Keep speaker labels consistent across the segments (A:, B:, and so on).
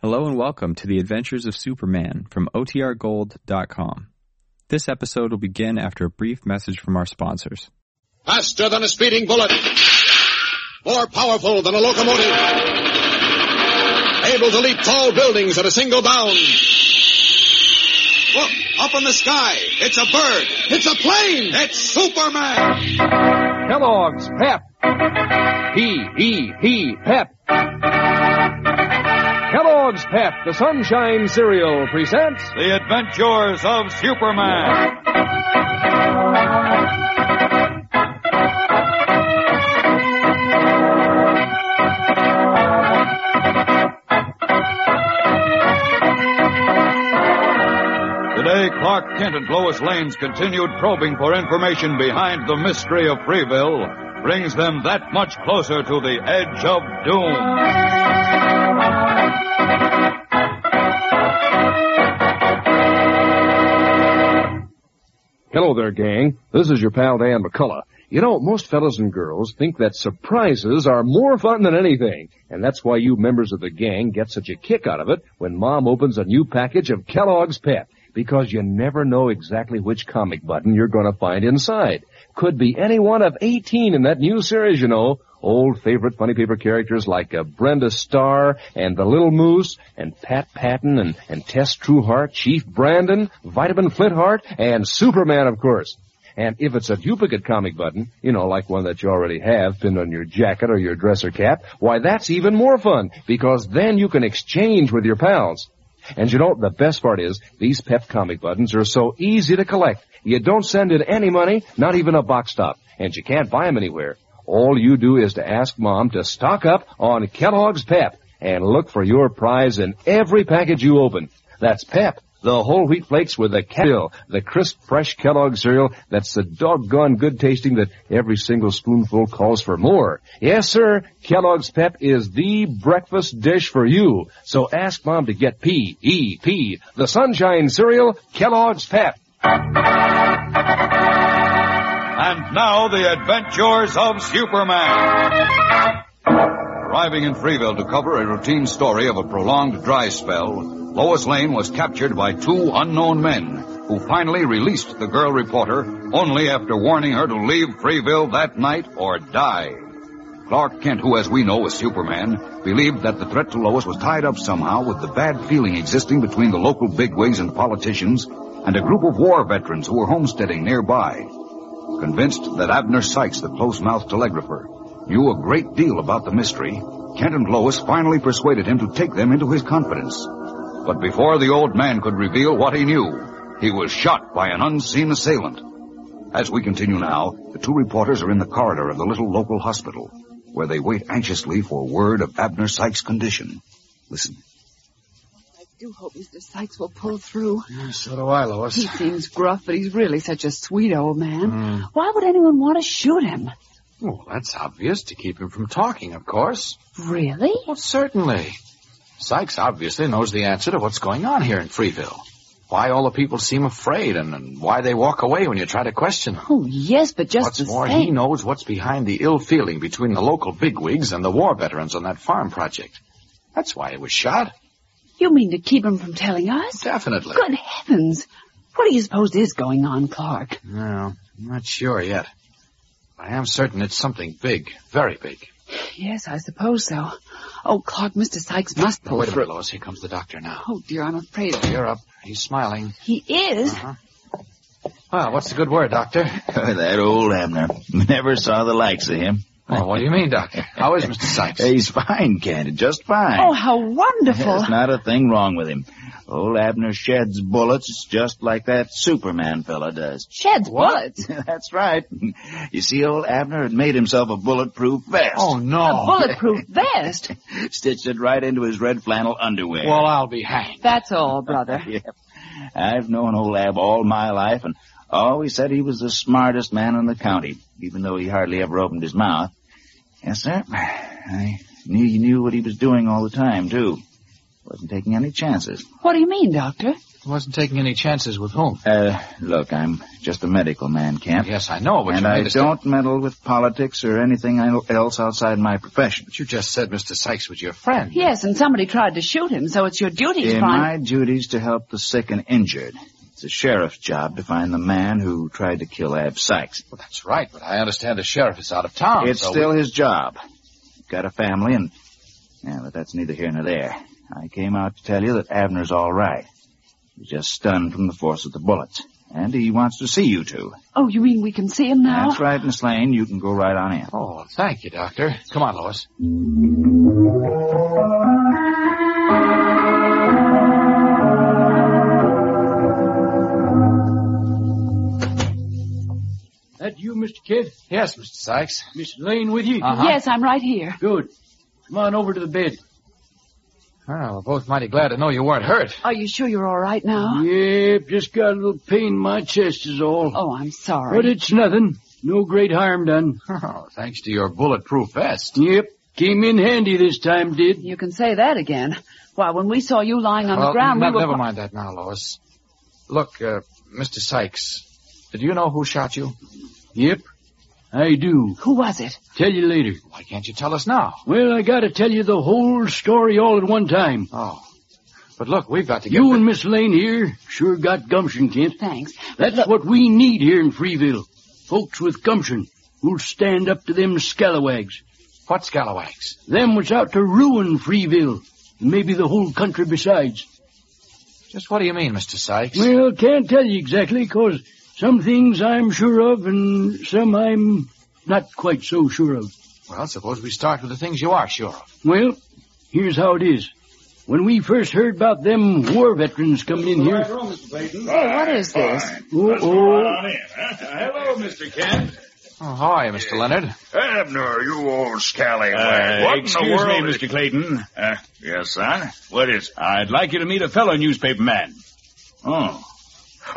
A: Hello and welcome to the Adventures of Superman from OTRGold.com. This episode will begin after a brief message from our sponsors.
B: Faster than a speeding bullet. More powerful than a locomotive. Able to leap tall buildings at a single bound. Look, up in the sky. It's a bird. It's a plane. It's Superman.
C: Kellogg's Pep. P E P Pep. Kellogg's Pep, the Sunshine Cereal, presents
D: The Adventures of Superman. Today, Clark Kent and Lois Lane's continued probing for information behind the mystery of Freeville brings them that much closer to the edge of doom.
C: Hello there, gang. This is your pal Dan McCullough. You know, most fellas and girls think that surprises are more fun than anything, and that's why you members of the gang get such a kick out of it when Mom opens a new package of Kellogg's Pep, because you never know exactly which comic button you're gonna find inside. Could be any one of 18 in that new series, you know. Old favorite funny paper characters like uh, Brenda Starr and the Little Moose and Pat Patton and, and Tess Trueheart, Chief Brandon, Vitamin Flintheart, and Superman, of course. And if it's a duplicate comic button, you know, like one that you already have pinned on your jacket or your dresser cap, why that's even more fun because then you can exchange with your pals. And you know, the best part is these pep comic buttons are so easy to collect. You don't send in any money, not even a box top, and you can't buy them anywhere. All you do is to ask mom to stock up on Kellogg's Pep and look for your prize in every package you open. That's Pep, the whole wheat flakes with the cattle, the crisp, fresh Kellogg's cereal that's the doggone good tasting that every single spoonful calls for more. Yes, sir, Kellogg's Pep is the breakfast dish for you. So ask Mom to get P-E-P, the sunshine cereal, Kellogg's Pep.
D: And now the adventures of Superman. Arriving in Freeville to cover a routine story of a prolonged dry spell, Lois Lane was captured by two unknown men who finally released the girl reporter only after warning her to leave Freeville that night or die. Clark Kent, who as we know is Superman, believed that the threat to Lois was tied up somehow with the bad feeling existing between the local bigwigs and politicians and a group of war veterans who were homesteading nearby convinced that Abner Sykes, the close-mouthed telegrapher, knew a great deal about the mystery, Kent and Lois finally persuaded him to take them into his confidence. But before the old man could reveal what he knew, he was shot by an unseen assailant. As we continue now, the two reporters are in the corridor of the little local hospital, where they wait anxiously for word of Abner Sykes' condition. Listen.
E: I do hope Mr. Sykes will pull through.
F: So do I, Lois.
E: He seems gruff, but he's really such a sweet old man.
F: Mm.
E: Why would anyone want to shoot him?
F: Well, that's obvious to keep him from talking, of course.
E: Really?
F: Well, certainly. Sykes obviously knows the answer to what's going on here in Freeville. Why all the people seem afraid and, and why they walk away when you try to question them.
E: Oh, yes, but just
F: What's
E: the
F: more,
E: same.
F: he knows what's behind the ill feeling between the local bigwigs and the war veterans on that farm project. That's why he was shot.
E: You mean to keep him from telling us?
F: Definitely.
E: Good heavens! What do you suppose is going on, Clark?
F: No, I'm not sure yet. I am certain it's something big, very big.
E: Yes, I suppose so. Oh, Clark, Mr. Sykes must
F: Now,
E: pull
F: wait a
E: through.
F: minute, Lois. Here comes the doctor now.
E: Oh dear, I'm afraid
F: You're up. He's smiling.
E: he is.
F: Uh-huh. Well, what's the good word, Doctor?
G: that old Abner. Never saw the likes of him.
F: Oh, what do you mean, Doctor? How is Mr. Sykes?
G: He's fine, Kent. Just fine.
E: Oh, how wonderful!
G: There's not a thing wrong with him. Old Abner sheds bullets just like that Superman fella does.
E: Sheds bullets.
G: That's right. You see, old Abner had made himself a bulletproof vest.
F: Oh,
E: A
F: no.
E: bulletproof vest.
G: Stitched it right into his red flannel underwear.
F: Well, I'll be hanged.
E: That's all, brother.
G: I've known old Ab all my life and always said he was the smartest man in the county, even though he hardly ever opened his mouth. Yes, sir. I knew he knew what he was doing all the time, too. Wasn't taking any chances.
E: What do you mean, Doctor?
F: Wasn't taking any chances with whom?
G: Uh, look, I'm just a medical man, Camp.
F: Yes, I know, but
G: and
F: you made
G: I
F: a sta-
G: don't meddle with politics or anything el- else outside my profession.
F: But you just said Mr. Sykes was your friend.
E: Yes, and somebody tried to shoot him, so it's your duty to
G: In
E: find...
G: my duties to help the sick and injured. It's a sheriff's job to find the man who tried to kill Ab Sykes.
F: Well, that's right, but I understand the sheriff is out of town.
G: it's
F: so
G: still
F: we-
G: his job. Got a family and... Yeah, but that's neither here nor there. I came out to tell you that Abner's all right. He's just stunned from the force of the bullets. And he wants to see you two.
E: Oh, you mean we can see him now?
G: That's right, Miss Lane. You can go right on in.
F: Oh, thank you, Doctor. Come on, Lois.
H: That you, Mr. Kidd?
F: Yes, Mr. Sykes.
H: Miss Lane with you?
F: Uh-huh.
E: Yes, I'm right here.
H: Good. Come on over to the bed.
F: Well, we're both mighty glad to know you weren't hurt.
E: Are you sure you're all right now?
H: Yep, just got a little pain in my chest is all.
E: Oh, I'm sorry.
H: but it's nothing. No great harm done.
F: Oh, thanks to your bulletproof vest.
H: Yep, came in handy this time, did.
E: You can say that again. Why, when we saw you lying on
F: well,
E: the ground,
F: ne-
E: we were...
F: never mind that now, Lois. Look, uh, Mr. Sykes, do you know who shot you?
H: Yep, I do.
E: Who was it?
H: Tell you later.
F: Why can't you tell us now?
H: Well, I gotta tell you the whole story all at one time.
F: Oh, but look, we've got to get...
H: You and Miss Lane here sure got gumption, Kent.
E: Thanks.
H: That's what we need here in Freeville. Folks with gumption who'll stand up to them scalawags.
F: What scalawags?
H: Them was out to ruin Freeville. And maybe the whole country besides.
F: Just what do you mean, Mr. Sykes?
H: Well, can't tell you exactly, 'cause some things I'm sure of and some I'm not quite so sure of.
F: Well, suppose we start with the things you are sure of.
H: Well, here's how it is. When we first heard about them war veterans coming in here,
E: Hey, what is this?
H: oh,
I: Hello, Mr. Kent.
F: Oh, how are you, Mr. Leonard?
I: Abner, you old scallywag. what Uh, excuse in the world? me, Mr. Clayton. Uh, yes, sir. What is I'd like you to meet a fellow newspaper man. Oh.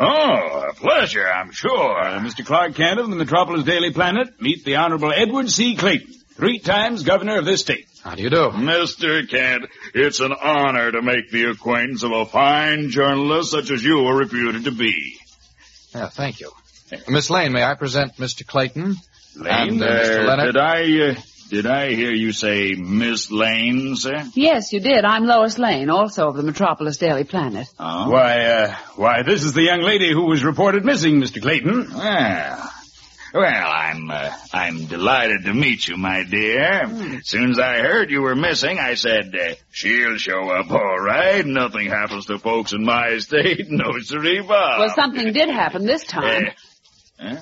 I: Oh, a pleasure, I'm sure. Mr. Clark Kent of the Metropolis Daily Planet, meet the Honorable Edward C. Clayton, three times governor of this state.
F: How do you do?
I: Mr. Kent, it's an honor to make the acquaintance of a fine journalist such as you are reputed to be.
F: Yeah, thank you. Miss Lane, may I present Mr. Clayton?
I: Lane,
F: And, uh, Mr. Leonard?
I: did I uh, did I hear you say Miss Lane, sir?
E: Yes, you did. I'm Lois Lane, also of the Metropolis Daily Planet.
I: Oh. Why, uh, why, this is the young lady who was reported missing, Mr. Clayton. Well, well, I'm, uh, I'm delighted to meet you, my dear. Soon as I heard you were missing, I said, uh, she'll show up all right. Nothing happens to folks in my state. No, siree, Bob.
E: Well, something did happen this
I: Uh,
E: time.
I: huh?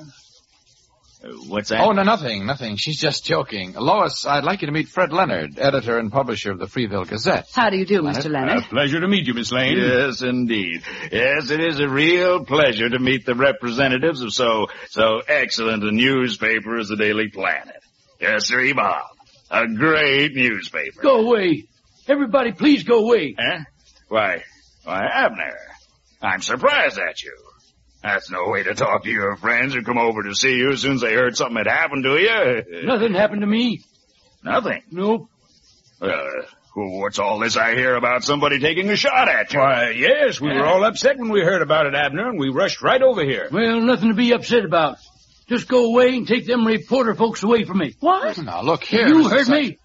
I: Uh, what's that?
F: Oh, no, nothing, nothing. She's just joking. Lois, I'd like you to meet Fred Leonard, editor and publisher of the Freeville Gazette.
E: How do you do, Mr.
I: A
E: Leonard?
I: pleasure to meet you, Miss Lane. Yes, indeed. Yes, it is a real pleasure to meet the representatives of so so excellent a newspaper as the Daily Planet. Yes, sir, Bob. A great newspaper.
H: go away. Everybody, please go away.
I: Huh? Why, why, Abner, I'm surprised at you. That's no way to talk to your friends who come over to see you as soon as they heard something had happened to you.
H: Nothing happened to me.
I: Nothing.
H: Nope.
I: Uh, what's all this I hear about somebody taking a shot at you? Why, yes, we were all upset when we heard about it, Abner, and we rushed right over here.
H: Well, nothing to be upset about. Just go away and take them reporter folks away from me.
E: What?
F: Now, look here.
H: You
F: Mr.
H: heard
F: Sykes.
H: me.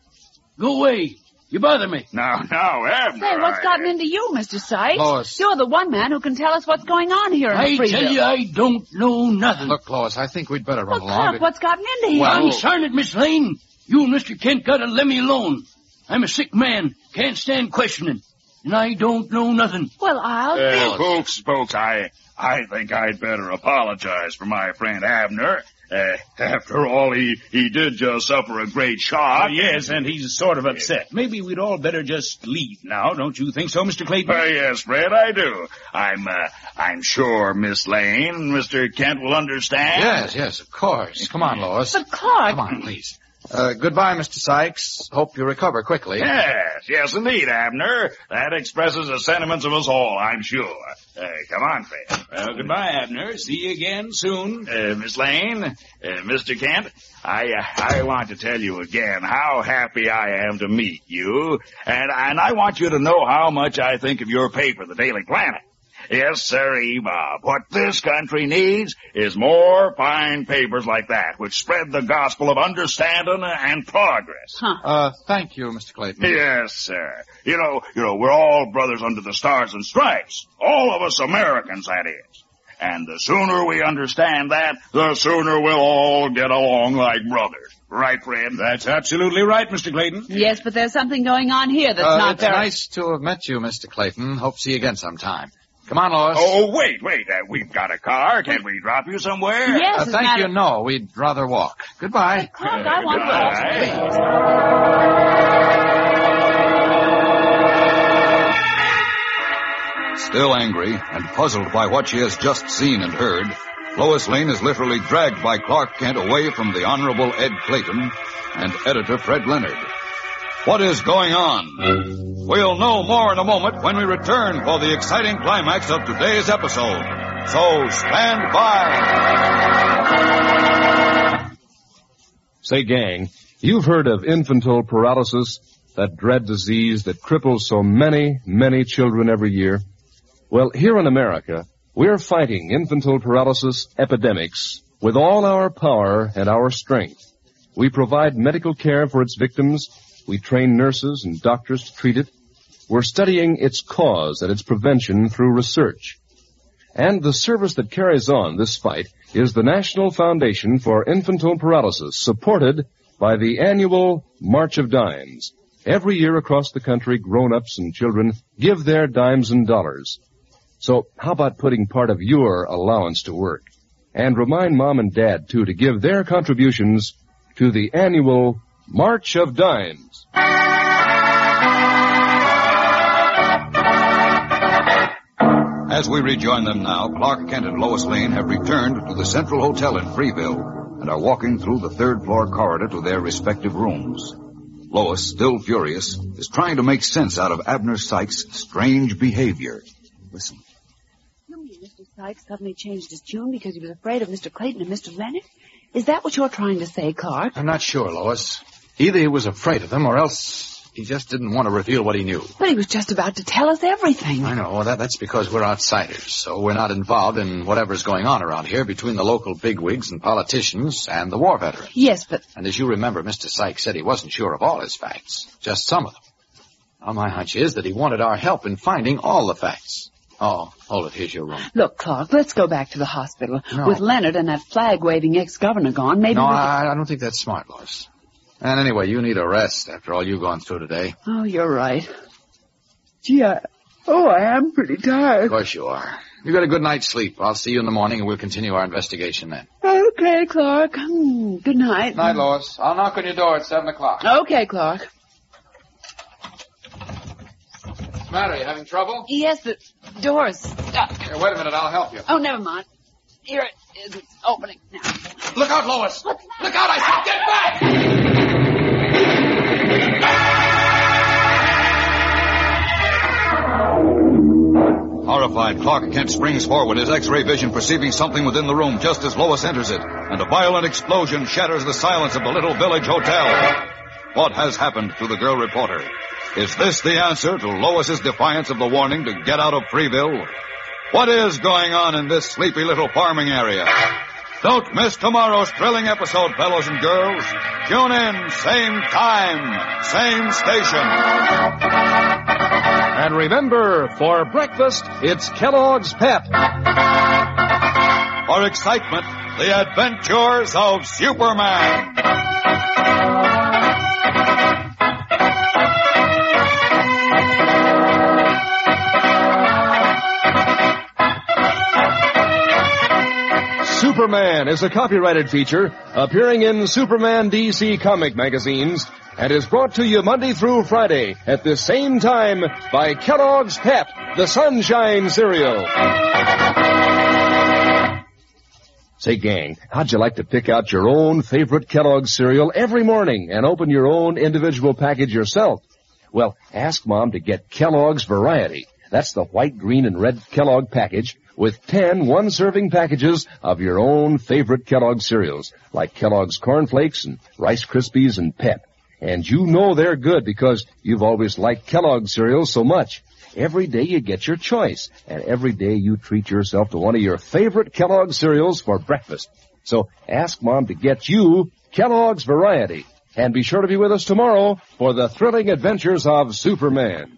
H: Go away. You bother me.
I: Now, now, Abner.
E: Say, what's
I: I-
E: gotten into you, Mr. Sykes?
F: Lois.
E: You're the one man who can tell us what's going on here in
H: I
E: Freeville.
H: tell you, I don't know nothing.
F: Look, Lois, I think we'd better run
E: Well,
F: along.
E: Clark, what's gotten into here?
F: Well-
H: I'm sorry, Miss Lane. You and Mr. Kent gotta let me alone. I'm a sick man. Can't stand questioning. And I don't know nothing.
E: Well, I'll be...
I: Uh, folks, folks, I, I think I'd better apologize for my friend Abner. Uh, after all, he, he did just suffer a great shock. Oh, yes, and he's sort of upset. Maybe we'd all better just leave now, don't you think so, Mr. Clayton? Uh, yes, Fred, I do. I'm, uh, I'm sure Miss Lane and Mr. Kent will understand.
F: Yes, yes, of course. Come on, Lois.
E: But, Clark...
F: Come on, please. Uh, goodbye, Mr. Sykes. Hope you recover quickly.
I: Yes, yes, indeed, Abner. That expresses the sentiments of us all, I'm sure. Uh, come on, Fred. Well, goodbye, Abner. See you again soon. Uh, Miss Lane, uh, Mr. Kent, I uh, I want to tell you again how happy I am to meet you, and and I want you to know how much I think of your paper, the Daily Planet. Yes, sirree, Bob. What this country needs is more fine papers like that, which spread the gospel of understanding and progress.
F: Uh, thank you, Mr. Clayton.
I: Yes, sir. You know, you know, we're all brothers under the stars and stripes. All of us Americans, that is. And the sooner we understand that, the sooner we'll all get along like brothers. Right, Fred?
D: That's absolutely right, Mr. Clayton.
E: Yes, but there's something going on here that's
F: Uh,
E: not
F: it's
E: very.
F: nice to have met you, Mr. Clayton. Hope to see you again sometime. Come on, Lois.
I: Oh, wait, wait. Uh, we've got a car. Can we drop you somewhere?
E: Yes,
F: Uh,
E: it's
F: thank
E: not
F: you, Uh,
E: a-
F: no. We'd rather walk. Goodbye.
E: Honk, I want
I: Goodbye.
E: to
D: Still angry and puzzled by what she has just seen and heard, Lois Lane is literally dragged by Clark Kent away from the Honorable Ed Clayton and editor Fred Leonard. What is going on? We'll know more in a moment when we return for the exciting climax of today's episode. So stand by.
C: Say, gang, you've heard of infantile paralysis, that dread disease that cripples so many, many children every year. Well, here in America, we're fighting infantile paralysis epidemics with all our power and our strength. We provide medical care for its victims. We train nurses and doctors to treat it. We're studying its cause and its prevention through research. And the service that carries on this fight is the National Foundation for Infantile Paralysis, supported by the annual March of Dimes. Every year across the country, grown-ups and children give their dimes and dollars. So how about putting part of your allowance to work? And remind mom and dad too to give their contributions to the annual March of Dimes.
D: As we rejoin them now, Clark Kent and Lois Lane have returned to the Central Hotel in Freeville and are walking through the third floor corridor to their respective rooms. Lois, still furious, is trying to make sense out of Abner Sykes' strange behavior. Listen.
E: You mean Mr. Sykes suddenly changed his tune because he was afraid of Mr. Clayton and Mr. Leonard? Is that what you're trying to say, Clark?
F: I'm not sure, Lois. Either he was afraid of them or else he just didn't want to reveal what he knew.
E: But he was just about to tell us everything.
F: I know. Well, that, that's because we're outsiders, so we're not involved in whatever's going on around here between the local bigwigs and politicians and the war veterans.
E: Yes, but
F: And as you remember, Mr. Sykes said he wasn't sure of all his facts, just some of them. Now, my hunch is that he wanted our help in finding all the facts. Oh, hold it. Here's your room.
E: look, Clark, let's go back to the hospital.
F: No.
E: With Leonard and that flag-waving ex-governor gone, maybe
F: No,
E: we could...
F: I, I don't think that's smart, Lois. And anyway, you need a rest after all you've gone through today.
E: Oh, you're right. Gee, I... Oh, I am pretty
F: Of
E: tired.
F: course you are. You got a good night's sleep. I'll see you in the morning and we'll continue our investigation then.
E: Okay, Clark. Hmm, good night.
F: Night, Lois. I'll knock on your door at seven o'clock.
E: Okay, Clark.
F: What's the matter? You having trouble?
E: Yes, the door is stuck.
F: Here, wait a minute. I'll help you.
E: Oh, never mind. Here it is. It's opening now.
F: Look out, Lois! Look out! I said get back!
D: Horrified, Clark Kent springs forward, his x-ray vision perceiving something within the room just as Lois enters it, and a violent explosion shatters the silence of the little village hotel. What has happened to the girl reporter? Is this the answer to Lois's defiance of the warning to get out of Freeville? What is going on in this sleepy little farming area? Don't miss tomorrow's thrilling episode, fellows and girls. Tune in, same time, same station.
C: And remember, for breakfast, it's Kellogg's Pep.
D: for excitement, the adventures of Superman.
C: Superman is a copyrighted feature appearing in Superman DC comic magazines and is brought to you Monday through Friday at the same time by Kellogg's Pep, the Sunshine Cereal. Say, gang, how'd you like to pick out your own favorite Kellogg's cereal every morning and open your own individual package yourself? Well, ask Mom to get Kellogg's Variety. That's the white, green, and red Kellogg package with 10 one-serving packages of your own favorite Kellogg cereals, like Kellogg's Corn Flakes and Rice Krispies and Pep. And you know they're good because you've always liked Kellogg's cereals so much. Every day you get your choice, and every day you treat yourself to one of your favorite Kellogg's cereals for breakfast. So ask Mom to get you Kellogg's Variety. And be sure to be with us tomorrow for the thrilling adventures of Superman.